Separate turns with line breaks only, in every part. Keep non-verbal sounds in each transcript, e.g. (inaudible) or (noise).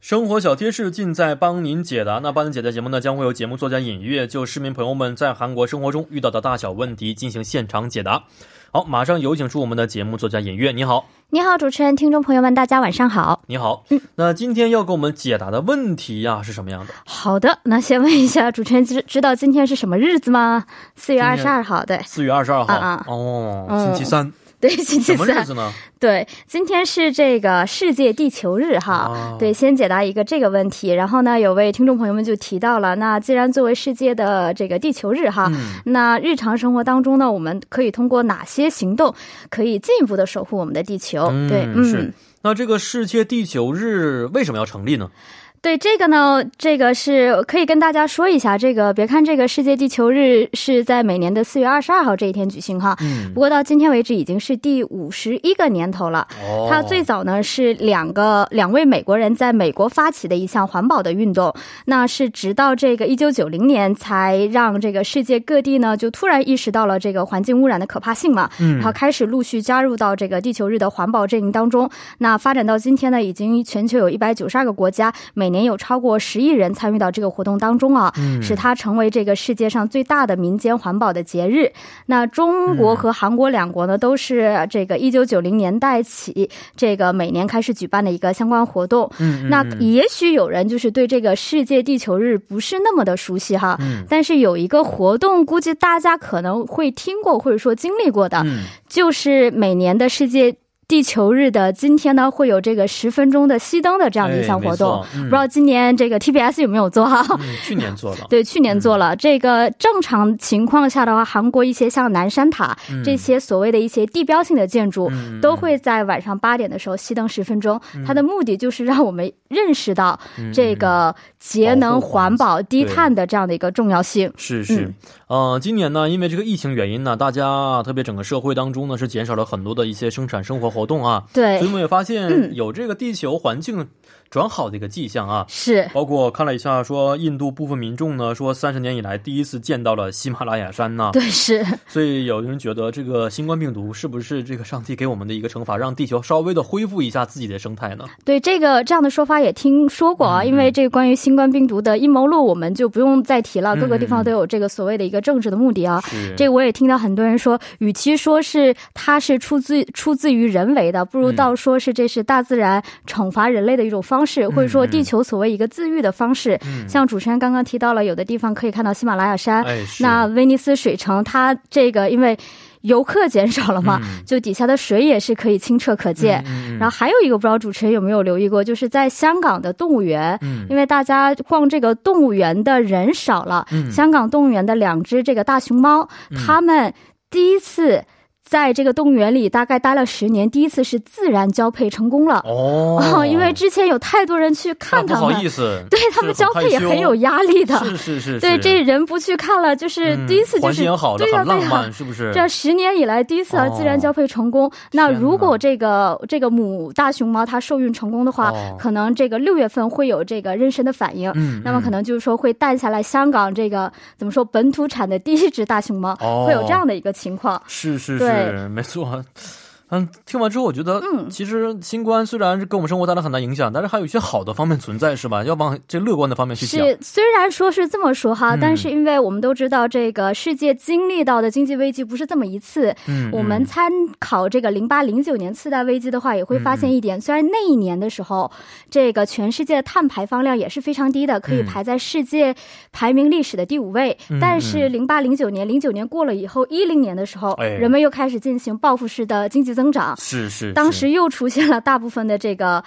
生活小贴士尽在帮您解答。那帮您解答节目呢，将会有节目作家尹月就市民朋友们在韩国生活中遇到的大小问题进行现场解答。好，马上有请出我们的节目作家尹月，你好。
你好，主持人，听众朋友们，大家晚上好。
你好，那今天要给我们解答的问题呀、是什么样的？
好的，那先问一下主持人，知知道今天是什么日子吗？四月
今
二
天
十二号，对
四月二十二号、
啊啊
哦，
嗯
星期三，
对， (laughs) 星期
什么日
三，
子呢？
对，今天是这个世界地球日哈。
哦
啊对，先解答一个这个问题，然后呢，有位听众朋友们就提到了，那既然作为世界的这个地球日哈，
嗯
那日常生活当中呢，我们可以通过哪些行动可以进一步的守护我们的地球？对，嗯，
是。那这个世界地球日为什么要成立呢？
对这个呢，这个是可以跟大家说一下。这个别看这个世界地球日是在每年的四月二十二号这一天举行哈，
嗯
不，过到今天为止已经是第五十一个年头了。
哦，
它最早呢是两个两位美国人在美国发起的一项环保的运动，那是直到这个一九九零年才让这个世界各地呢就突然意识到了这个环境污染的可怕性嘛，
嗯
然后开始陆续加入到这个地球日的环保阵营当中。那发展到今天呢，已经全球有一百九十二个国家，每年有超过十亿人参与到这个活动当中啊，
嗯
使它成为这个世界上最大的民间环保的节日。那中国
嗯
和韩国两国呢，都是这个一九九零年代起，这个每年开始举办的一个相关活动。
嗯嗯
那
嗯
也许有人就是对这个世界地球日不是那么的熟悉哈，
嗯
但是有一个活动，估计大家可能会听过或者说经历过的，
嗯
就是每年的世界地球日的今天呢，会有这个十分钟的熄灯的这样的一项活
哎
动。
没错嗯
不知道今年这个 TBS 有没有
(laughs)
做哈？
嗯去年做的，
对，去年做了、
嗯
这个。正常情况下的话，韩国一些像南山塔、
嗯
这些所谓的一些地标性的建筑，
嗯
都会在晚上八点的时候熄灯十分钟、它的目的就是让我们认识到
嗯
这个节能、
保护环
环
境
保、低碳的这样的一个重要性。
是
嗯
是，呃，今年呢，因为这个疫情原因呢，大家特别整个社会当中呢是减少了很多的一些生产生活活动啊，所以
对嗯
我，们也发现有这个地球环境转好的一个迹象啊。
是，
包括看了一下，说印度部分民众呢，说三十年以来第一次见到了喜马拉雅山呐、
对是。
所以有人觉得这个新冠病毒是不是这个上帝给我们的一个惩罚，让地球稍微的恢复一下自己的生态呢？
对这个这样的说法也听说过
嗯
啊，因为这个关于新冠病毒的阴谋论，我们就不用再提了。
嗯
各个地方都有这个所谓的一个政治的目的啊。
是
这个我也听到很多人说，与其说是它是出自出自于人为的，不如
嗯
倒说是这是大自然惩罚人类的一种方式，或者说地球所谓一个自愈的方式。
嗯
像主持人刚刚提到了，有的地方可以看到喜马拉雅山，
哎是
那威尼斯水城它这个因为游客减少了嘛，
嗯
就底下的水也是可以清澈可见。
嗯嗯
然后还有一个不知道主持人有没有留意过，就是在香港的动物园，
嗯
因为大家逛这个动物园的人少了，
嗯
香港动物园的两只这个大熊猫，它们第一次。在这个动物园里大概待了十年，第一次是自然交配成功了。
哦，
(laughs) 因为之前有太多人去看
那
它
不好
们，
意思，
对他们
是
交配也
很
很有压力的。
害羞是是是，
对，
是
这人不去看了，就是
嗯
第一次就
环
是、
境也好的，
对呀、
很浪
对呀、
漫，是不是？
这十年以来第一次啊
哦
自然交配成功。那
天
如
哪
果这个这个母大熊猫它受孕成功的话，
哦
可能这个六月份会有这个妊娠的反应。
嗯，
那么可
能
能就是说会诞下来香港这个怎么说本土产的第一只大熊猫，
哦
会有这样的一个情况。
是是是，
对
(laughs) 没错。嗯，听完之后，我觉得，
嗯
其实新冠虽然是给我们生活带来很大影响，但是还有一些好的方面存在，是吧？要往这乐观的方面去想。
是，虽然说是这么说哈、
嗯
但是因为我们都知道，这个世界经历到的经济危机不是这么一次。
嗯，
我们
嗯
参考这个零八零九年次贷危机的话，也会发
嗯
现一点，虽然那一年的时候，这个全世界的碳排放量也是非常低的，可以
嗯
排在世界排名历史的第五位。
嗯
但是零八零九年，零九年过了以后，一零年的时候，
哎
人们又开始进行报复式的经济增长，
是是，
当
是
时又出现了大部分的这个。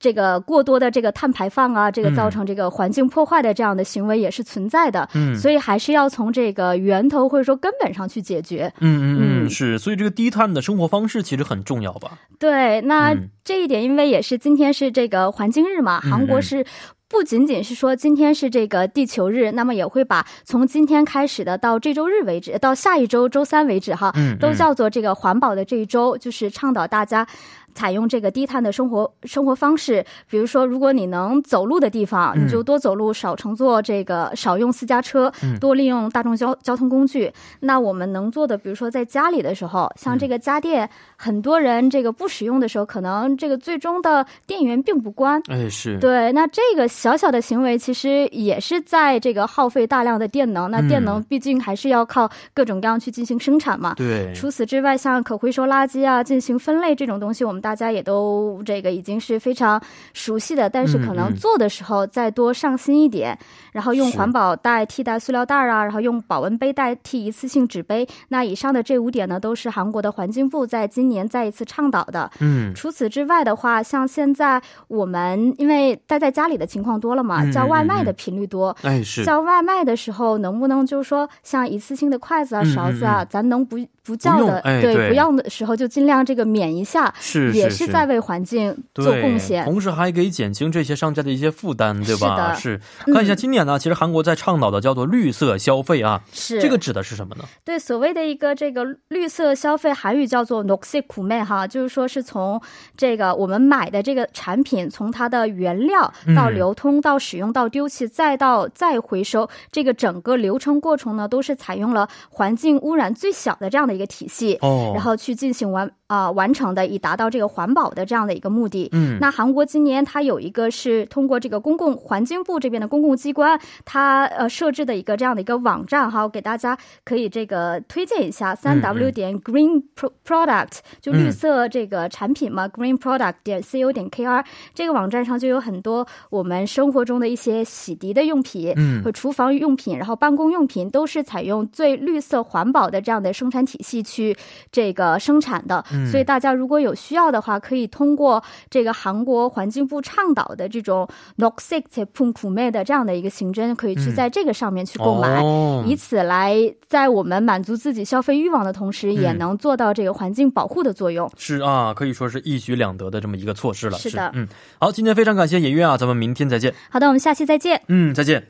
这个过多的这个碳排放啊，这个
嗯
造成这个环境破坏的这样的行为也是存在的，
嗯
所以还是要从这个源头或者说根本上去解决。
嗯嗯嗯，
嗯
是，所以这个低碳的生活方式其实很重要吧？
对，那
嗯
这一点，因为也是今天是这个环境日嘛，
嗯
韩国是。不仅仅是说今天是这个地球日，那么也会把从今天开始的到这周日为止，到下一周周三为止哈，
嗯
都叫做这个环保的这一周，就是倡导大家采用这个低碳的生活生活方式，比如说，如果你能走路的地方，
嗯
你就多走路，少乘坐这个，少用私家车
嗯，
多利用大众交交通工具。那我们能做的，比如说在家里的时候，像这
嗯
个家电，很多人这个不使用的时候，可能这个最终的电源并不关。
哎，是，
对，那这个小小的行为其实也是在这个耗费大量的电能。那
嗯
电能毕竟还是要靠各种各样去进行生产嘛。
对，
除此之外，像可回收垃圾啊、进行分类这种东西，我们大家也都这个已经是非常熟悉的。但是可
嗯
能
嗯
做的时候再多上心一点，然后用
是
环保袋替代塑料袋啊，然后用保温杯代替一次性纸杯。那以上的这五点呢，都是韩国的环境部在今年再一次倡导的。
嗯，
除此之外的话，像现在我们因为待在家里的情况多了嘛
嗯，
叫外卖
嗯
的频率多。
哎，是，
叫外卖的时候，能不能就是说，像一次性的筷子啊、
嗯
勺子啊，
嗯嗯
咱能不不叫
不用
的，
哎对
对，不要的时候就尽量这个免一下，
是
也
是
是在为环境
对
做贡献。
同时还可以减轻这些商家的一些负担，对吧？
是
是
嗯
看一下今年呢、其实韩国在倡导的叫做绿色消费啊，
是
这个指的是什么呢？
对所谓的一个这个绿色消费，韩语叫做 n o x i k u m 哈，就是说是从这个我们买的这个产品，从它的原料到
嗯
流通、到使用、到丢弃，再到再回收，这个整个流程过程呢，都是采用了环境污染最小的这样的一个体系。
哦，
然后去进行完啊、完成的，以达到这个环保的这样的一个目的。
嗯，
那韩国今年它有一个是通过这个公共环境部这边的公共机关，它呃设置的一个这样的一个网站哈，我给大家可以这个推荐一下，
嗯
三 w 点 green pro- product 就
嗯
绿色这个产品嘛、g r e e n product 点 co 点 kr 这个网站上就有很多我们生活中的一些洗涤的用品。
嗯
和厨房用品，然后办公用品都是采用最绿色环保的这样的生产体系去这个生产的。
嗯
所以大家如果有需要的话，可以通过这个韩国环境部倡导的这种 “noxic p u n k u m e 的这样的一个行针，可以去
嗯
在这个上面去购买。
哦
以此来，在我们满足自己消费欲望的同时，也
嗯
能做到这个环境保护的作用。
是啊，可以说是一举两得的这么一个措施了。
是的
嗯，好，今天非常感谢野月啊，咱们明天再见。
好的，我们下期再见。
嗯，再见。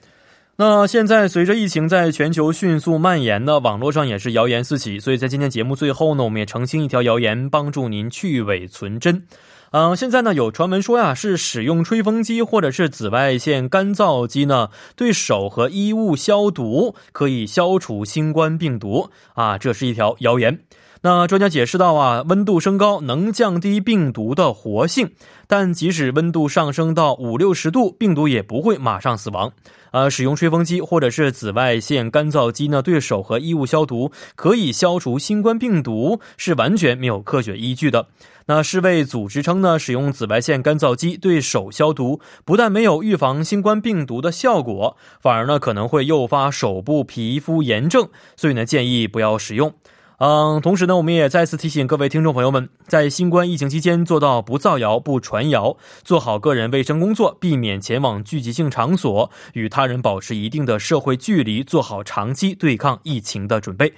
那现在随着疫情在全球迅速蔓延呢，网络上也是谣言四起，所以在今天节目最后呢，我们也澄清一条谣言，帮助您去伪存真。嗯、现在呢有传闻说呀，是使用吹风机或者是紫外线干燥机呢，对手和衣物消毒可以消除新冠病毒啊，这是一条谣言。那专家解释到啊，温度升高能降低病毒的活性，但即使温度上升到五六十度，病毒也不会马上死亡。呃，使用吹风机或者是紫外线干燥机呢，对手和衣物消毒可以消除新冠病毒，是完全没有科学依据的。那世卫组织称呢，使用紫外线干燥机对手消毒，不但没有预防新冠病毒的效果，反而呢可能会诱发手部皮肤炎症，所以呢建议不要使用。嗯，同时呢，我们也再次提醒各位听众朋友们，在新冠疫情期间做到不造谣、不传谣，做好个人卫生工作，避免前往聚集性场所，与他人保持一定的社会距离，做好长期对抗疫情的准备。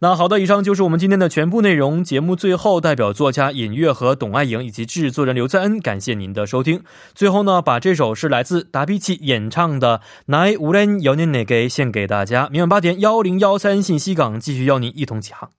那好的，以上就是我们今天的全部内容。节目最后，代表作家尹月和董爱颖以及制作人刘在恩，感谢您的收听。最后呢，把这首是来自达比奇演唱的《나의우렌연인에게》献给大家。明晚八点幺零幺三信息港继续邀您一同起航。